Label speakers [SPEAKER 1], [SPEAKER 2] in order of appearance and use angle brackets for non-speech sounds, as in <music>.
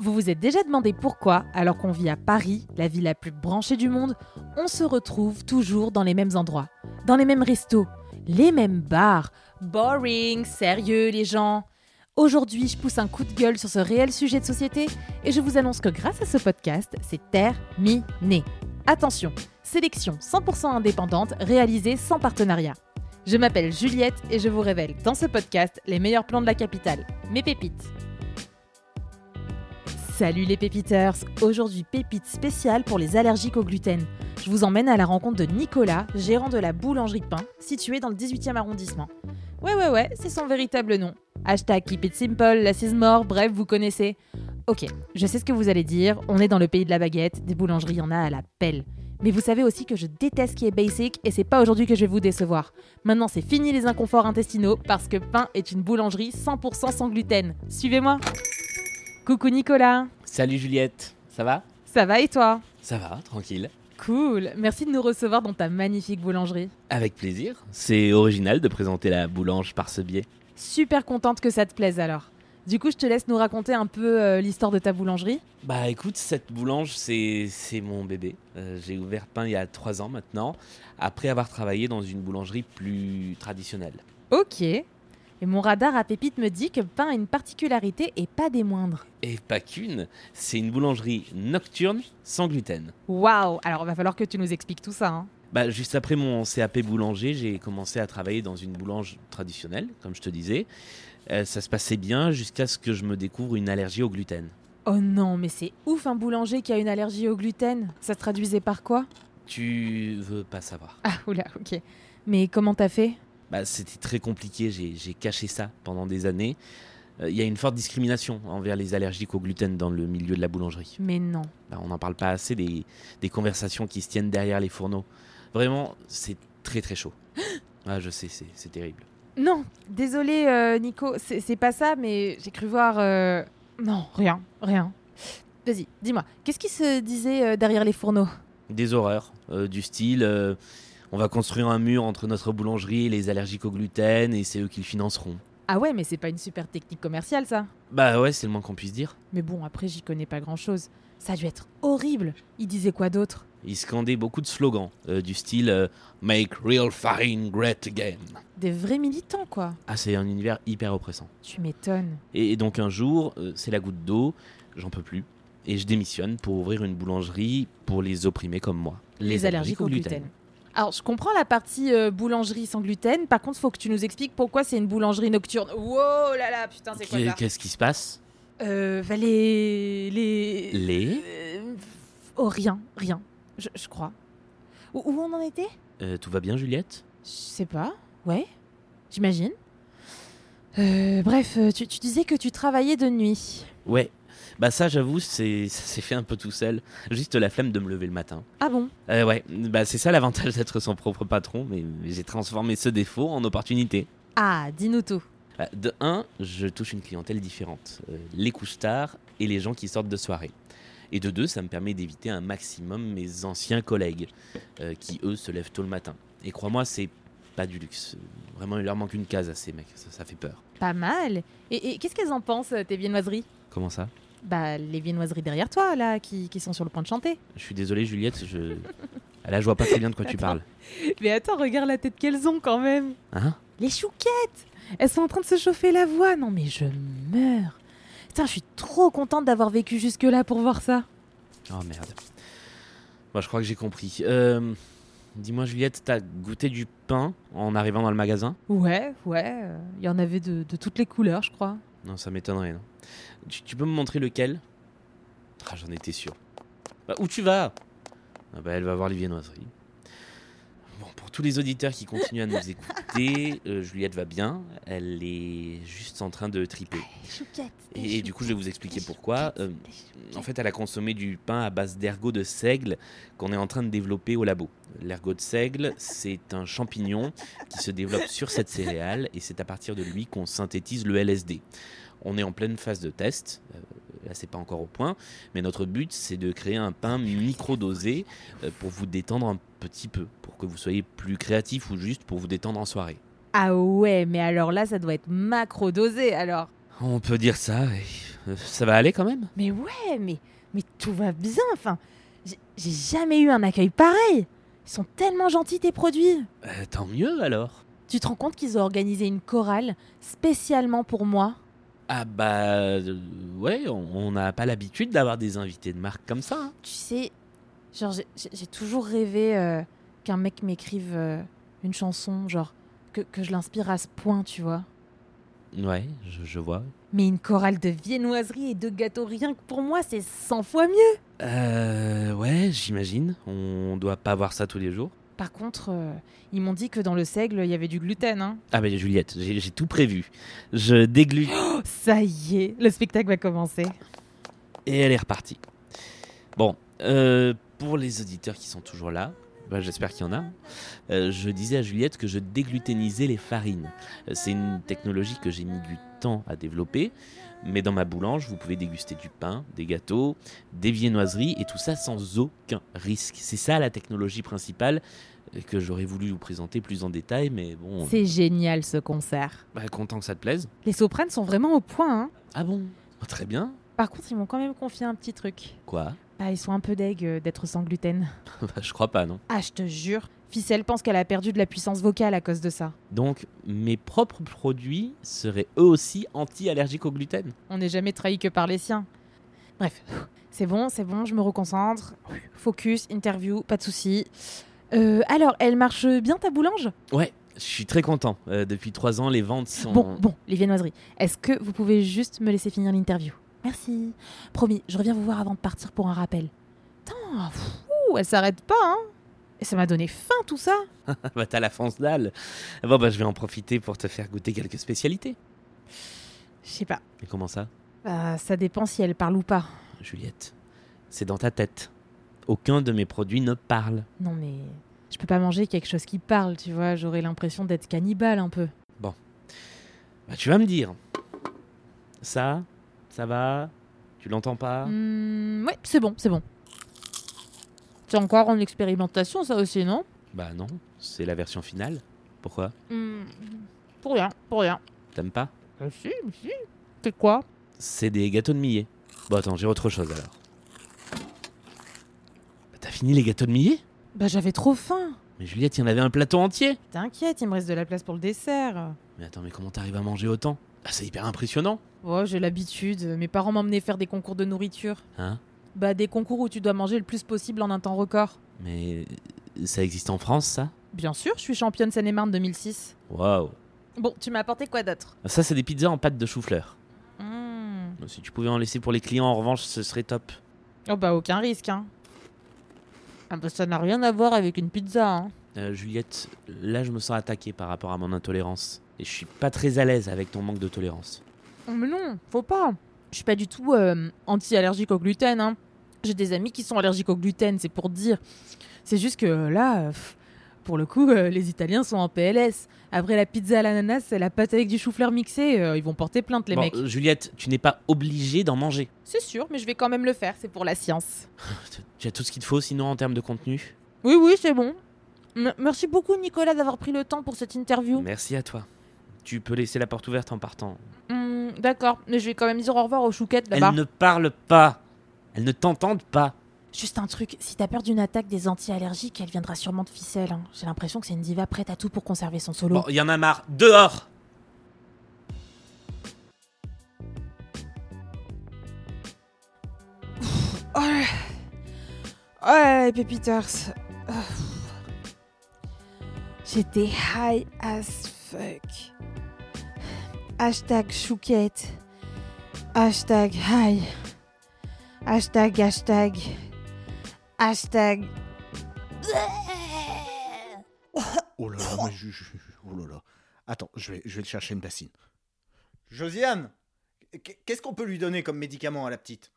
[SPEAKER 1] Vous vous êtes déjà demandé pourquoi, alors qu'on vit à Paris, la ville la plus branchée du monde, on se retrouve toujours dans les mêmes endroits, dans les mêmes restos, les mêmes bars. Boring, sérieux les gens. Aujourd'hui, je pousse un coup de gueule sur ce réel sujet de société et je vous annonce que grâce à ce podcast, c'est terminé. Attention, sélection 100% indépendante réalisée sans partenariat. Je m'appelle Juliette et je vous révèle dans ce podcast les meilleurs plans de la capitale, mes pépites. Salut les pépiteurs Aujourd'hui, pépite spéciale pour les allergiques au gluten. Je vous emmène à la rencontre de Nicolas, gérant de la boulangerie Pain, située dans le 18e arrondissement. Ouais, ouais, ouais, c'est son véritable nom. Hashtag keep it simple, less is more, bref, vous connaissez. Ok, je sais ce que vous allez dire, on est dans le pays de la baguette, des boulangeries, il y en a à la pelle. Mais vous savez aussi que je déteste ce qui est basic et c'est pas aujourd'hui que je vais vous décevoir. Maintenant, c'est fini les inconforts intestinaux parce que Pain est une boulangerie 100% sans gluten. Suivez-moi Coucou Nicolas
[SPEAKER 2] Salut Juliette, ça va
[SPEAKER 1] Ça va et toi
[SPEAKER 2] Ça va, tranquille.
[SPEAKER 1] Cool Merci de nous recevoir dans ta magnifique boulangerie.
[SPEAKER 2] Avec plaisir. C'est original de présenter la boulange par ce biais.
[SPEAKER 1] Super contente que ça te plaise alors. Du coup, je te laisse nous raconter un peu euh, l'histoire de ta boulangerie.
[SPEAKER 2] Bah écoute, cette boulange, c'est c'est mon bébé. Euh, J'ai ouvert pain il y a trois ans maintenant, après avoir travaillé dans une boulangerie plus traditionnelle.
[SPEAKER 1] Ok. Et mon radar à pépites me dit que Pain a une particularité et pas des moindres.
[SPEAKER 2] Et pas qu'une, c'est une boulangerie nocturne sans gluten.
[SPEAKER 1] Waouh Alors, va falloir que tu nous expliques tout ça. hein.
[SPEAKER 2] Bah, juste après mon CAP boulanger, j'ai commencé à travailler dans une boulange traditionnelle, comme je te disais. Euh, ça se passait bien jusqu'à ce que je me découvre une allergie au gluten.
[SPEAKER 1] Oh non, mais c'est ouf un boulanger qui a une allergie au gluten. Ça se traduisait par quoi
[SPEAKER 2] Tu veux pas savoir.
[SPEAKER 1] Ah <laughs> oula, ok. Mais comment t'as fait
[SPEAKER 2] Bah, c'était très compliqué, j'ai j'ai caché ça pendant des années. Euh, Il y a une forte discrimination envers les allergiques au gluten dans le milieu de la boulangerie.
[SPEAKER 1] Mais non.
[SPEAKER 2] Bah, on n'en parle pas assez des, des conversations qui se tiennent derrière les fourneaux. Vraiment, c'est très très chaud. Ah, je sais, c'est c'est terrible.
[SPEAKER 1] Non, désolé euh, Nico, c'est c'est pas ça, mais j'ai cru voir... euh, Non, rien, rien. Vas-y, dis-moi, qu'est-ce qui se disait euh, derrière les fourneaux
[SPEAKER 2] Des horreurs, euh, du style euh, on va construire un mur entre notre boulangerie et les allergiques au gluten et c'est eux qui le financeront.
[SPEAKER 1] Ah ouais, mais c'est pas une super technique commerciale ça.
[SPEAKER 2] Bah ouais, c'est le moins qu'on puisse dire.
[SPEAKER 1] Mais bon, après j'y connais pas grand-chose. Ça a dû être horrible. Il disait quoi d'autre
[SPEAKER 2] Ils scandaient beaucoup de slogans, euh, du style euh, Make real farine great again.
[SPEAKER 1] Des vrais militants quoi.
[SPEAKER 2] Ah, c'est un univers hyper oppressant.
[SPEAKER 1] Tu m'étonnes.
[SPEAKER 2] Et donc un jour, euh, c'est la goutte d'eau, j'en peux plus, et je démissionne pour ouvrir une boulangerie pour les opprimés comme moi.
[SPEAKER 1] Alors, je comprends la partie euh, boulangerie sans gluten. Par contre, faut que tu nous expliques pourquoi c'est une boulangerie nocturne. Wow là là, putain, c'est quoi
[SPEAKER 2] Qu'est-
[SPEAKER 1] ça
[SPEAKER 2] Qu'est-ce qui se passe
[SPEAKER 1] Euh, bah, les. Les.
[SPEAKER 2] Les
[SPEAKER 1] Euh, oh, rien, rien. Je, je crois. Où, où on en était
[SPEAKER 2] Euh, Tout va bien Juliette
[SPEAKER 1] Je sais pas. Ouais, j'imagine. Euh, bref, euh, tu, tu disais que tu travaillais de nuit.
[SPEAKER 2] Ouais. Bah ça j'avoue, c'est- <laughs> ça s'est fait un peu tout seul. Juste la flemme de me lever le matin.
[SPEAKER 1] Ah bon
[SPEAKER 2] Euh, ouais, bah c'est ça l'avantage d'être son propre patron, mais mais j'ai transformé ce défaut en opportunité.
[SPEAKER 1] Ah, dis-nous tout.
[SPEAKER 2] Euh, De un, je touche une clientèle différente, euh, les couches-tard et les gens qui sortent de soirée. Et de deux, ça me permet d'éviter un maximum mes anciens collègues, euh, qui eux se lèvent tôt le matin. Et crois-moi, c'est pas du luxe. Vraiment, il leur manque une case à ces mecs, ça, ça fait peur.
[SPEAKER 1] Pas mal. Et, et qu'est-ce qu'elles en pensent, euh, tes viennoiseries
[SPEAKER 2] Comment ça
[SPEAKER 1] Bah, les viennoiseries derrière toi, là, qui, qui sont sur le point de chanter.
[SPEAKER 2] Je suis désolé Juliette, je... Ah, Là je vois pas très bien de quoi tu parles.
[SPEAKER 1] Mais attends, regarde la tête qu'elles ont quand même.
[SPEAKER 2] Hein
[SPEAKER 1] Les chouquettes Elles sont en train de se chauffer la voix. Non mais je meurs. Putain, je suis trop contente d'avoir vécu jusque-là pour voir ça.
[SPEAKER 2] Oh merde. Moi je crois que j'ai compris. Euh, Dis-moi Juliette, t'as goûté du pain en arrivant dans le magasin
[SPEAKER 1] Ouais, ouais. Il y en avait de, de toutes les couleurs, je crois.
[SPEAKER 2] Non, ça m'étonnerait. non. Tu, tu peux me montrer lequel Ah, j'en étais sûr. Bah, où tu vas ah bah, Elle va voir les viennoiseries. Bon, pour tous les auditeurs qui continuent à nous écouter, euh, Juliette va bien. Elle est juste en train de triper.
[SPEAKER 1] Les chouquettes.
[SPEAKER 2] Et, et du coup, je vais vous expliquer
[SPEAKER 1] les
[SPEAKER 2] pourquoi.
[SPEAKER 1] chouquettes,
[SPEAKER 2] Euh, en fait, elle a consommé du pain à base d'ergot de seigle qu'on est en train de développer au labo. L'ergot de seigle, c'est un champignon qui se développe sur cette céréale et c'est à partir de lui qu'on synthétise le LSD. On est en pleine phase de test. Euh, Là, c'est pas encore au point, mais notre but, c'est de créer un pain micro-dosé euh, pour vous détendre un petit peu, pour que vous soyez plus créatif ou juste pour vous détendre en soirée.
[SPEAKER 1] Ah ouais, mais alors là, ça doit être macro dosé alors.
[SPEAKER 2] On peut dire ça. et, euh, Ça va aller quand même
[SPEAKER 1] Mais ouais, mais, mais tout va bien. Enfin, j'ai- j'ai jamais eu un accueil pareil. Ils sont tellement gentils, tes produits.
[SPEAKER 2] Euh, Tant mieux alors.
[SPEAKER 1] Tu te rends compte qu'ils ont organisé une chorale spécialement pour moi
[SPEAKER 2] Ah bah euh, ouais, on on n'a pas l'habitude d'avoir des invités de marque comme ça. hein.
[SPEAKER 1] Tu sais, genre, j'ai- j'ai j'ai toujours rêvé euh, qu'un mec m'écrive euh, une chanson, genre, que, que je l'inspire à ce point, tu vois.
[SPEAKER 2] Ouais, je, je vois.
[SPEAKER 1] Mais une chorale de viennoiseries et de gâteaux rien que pour moi, c'est 100 fois mieux.
[SPEAKER 2] Euh, ouais, j'imagine. On doit pas voir ça tous les jours.
[SPEAKER 1] Par contre, euh, ils m'ont dit que dans le seigle, il y avait du gluten. Hein.
[SPEAKER 2] Ah bah Juliette, j'ai j'ai tout prévu. Je déglue
[SPEAKER 1] Oh, ça y est, le spectacle va commencer.
[SPEAKER 2] et elle est repartie. Bon, euh, pour les auditeurs qui sont toujours là, bah, j'espère qu'il y en a. euh, je disais à Juliette que je dégluténisais les farines. Euh, C'est une technologie que j'ai mis du temps à développer, mais dans ma boulange, vous pouvez déguster du pain, des gâteaux, des viennoiseries et tout ça sans aucun risque. C'est ça la technologie principale euh, que j'aurais voulu vous présenter plus en détail, mais bon,
[SPEAKER 1] C'est génial ce concert.
[SPEAKER 2] bah, content que ça te plaise.
[SPEAKER 1] Les sopranes sont vraiment au point. hein.
[SPEAKER 2] Ah bon Très bien.
[SPEAKER 1] Par contre, ils m'ont quand même confié un petit truc.
[SPEAKER 2] Quoi <laughs>
[SPEAKER 1] Bah, ils sont un peu deg euh, d'être sans gluten.
[SPEAKER 2] Bah, Je crois pas, non.
[SPEAKER 1] Ah, je te jure, Ficelle pense qu'elle a perdu de la puissance vocale à cause de ça.
[SPEAKER 2] Donc, mes propres produits seraient eux aussi anti-allergiques au gluten.
[SPEAKER 1] On n'est jamais trahi que par les siens. Bref, c'est bon, c'est bon, je me reconcentre. Focus, interview, pas de soucis. Euh, alors, elle marche bien ta boulange
[SPEAKER 2] Ouais, je suis très content. Euh, depuis trois ans, les ventes sont.
[SPEAKER 1] Bon,
[SPEAKER 2] <laughs>
[SPEAKER 1] bon, les viennoiseries. Est-ce que vous pouvez juste me laisser finir l'interview Merci. Promis, je reviens vous voir avant de partir pour un rappel. Putain, fou, elle s'arrête pas, hein Et ça m'a donné faim tout ça
[SPEAKER 2] bah, t'as la fonce dalle. Bon, bah, je vais en profiter pour te faire goûter quelques spécialités.
[SPEAKER 1] Je sais pas.
[SPEAKER 2] Mais comment ça,
[SPEAKER 1] Bah, ça dépend si elle parle ou pas.
[SPEAKER 2] Juliette C'est dans ta tête. Aucun de mes produits ne parle.
[SPEAKER 1] Non mais je peux pas manger quelque chose qui parle, tu vois, j'aurais l'impression d'être cannibale un peu.
[SPEAKER 2] Bah, tu vas me dire. Ça, ça va Tu l'entends pas
[SPEAKER 1] Hmm, ouais, c'est bon, c'est bon. C'est encore en expérimentation ça aussi, non
[SPEAKER 2] Bah, non. C'est la version finale. Pourquoi
[SPEAKER 1] Hmm, Pour rien, pour rien.
[SPEAKER 2] T'aimes pas
[SPEAKER 1] Ah, si, si. C'est quoi
[SPEAKER 2] C'est des gâteaux de millet. Bon, attends, j'ai autre chose alors. Bah, T'as fini les gâteaux de millet
[SPEAKER 1] Bah j'avais trop faim.
[SPEAKER 2] Mais Juliette, il y en avait un plateau entier
[SPEAKER 1] T'inquiète, il me reste de la place pour le dessert.
[SPEAKER 2] Mais attends, mais comment t'arrives à manger autant ah, C'est hyper impressionnant
[SPEAKER 1] Oh, j'ai l'habitude. Mes parents m'emmenaient faire des concours de nourriture.
[SPEAKER 2] Hein
[SPEAKER 1] Bah, des concours où tu dois manger le plus possible en un temps record.
[SPEAKER 2] Mais euh, ça existe en France, ça
[SPEAKER 1] Bien sûr, je suis championne Seine-et-Marne 2006.
[SPEAKER 2] Waouh Ah,
[SPEAKER 1] Bon, tu m'as apporté quoi d'autre
[SPEAKER 2] Ça, c'est des pizzas en pâte de chou-fleur.
[SPEAKER 1] Hmm.
[SPEAKER 2] Si tu pouvais en laisser pour les clients, en revanche, ce serait top.
[SPEAKER 1] Oh bah, aucun risque, hein. Ah bah, ça n'a rien à voir avec une pizza, hein.
[SPEAKER 2] Euh, Juliette, là, je me sens attaqué par rapport à mon intolérance. Et je suis pas très à l'aise avec ton manque de tolérance.
[SPEAKER 1] Oh, Mais non, faut pas. Je suis pas du tout euh, anti-allergique au gluten. hein. J'ai des amis qui sont allergiques au gluten, c'est pour dire. C'est juste que là, euh, pff, pour le coup, euh, les Italiens sont en PLS. Après la pizza à l'ananas, la pâte avec du chou-fleur mixé, euh, ils vont porter plainte les
[SPEAKER 2] Bon,
[SPEAKER 1] mecs.
[SPEAKER 2] euh, Juliette, tu n'es pas obligée d'en manger.
[SPEAKER 1] C'est sûr, mais je vais quand même le faire, c'est pour la science.
[SPEAKER 2] Tu as tout ce qu'il te faut, sinon, en termes de contenu
[SPEAKER 1] Oui, oui, c'est bon. M- merci beaucoup Nicolas d'avoir pris le temps pour cette interview.
[SPEAKER 2] Merci à toi. Tu peux laisser la porte ouverte en partant.
[SPEAKER 1] Hmm, D'accord, mais je vais quand même dire au revoir aux chouquettes là-bas.
[SPEAKER 2] Elles ne parlent pas. Elles ne t'entendent pas.
[SPEAKER 1] Juste un truc, si t'as peur d'une attaque des anti-allergiques, elle viendra sûrement de ficelle. hein. J'ai l'impression que c'est une diva prête à tout pour conserver son solo.
[SPEAKER 2] Bon, il y en a marre. Dehors
[SPEAKER 1] Oh là là. Ouais, Pépiters. J'étais high as fuck. Hashtag chouquette. Hashtag high. Hashtag hashtag. Hashtag.
[SPEAKER 3] Oh là là, mais je- je- je- oh là là. Attends, je vais, je vais te chercher une bassine. Josiane, qu'est- qu'est-ce qu'on peut lui donner comme médicament à la petite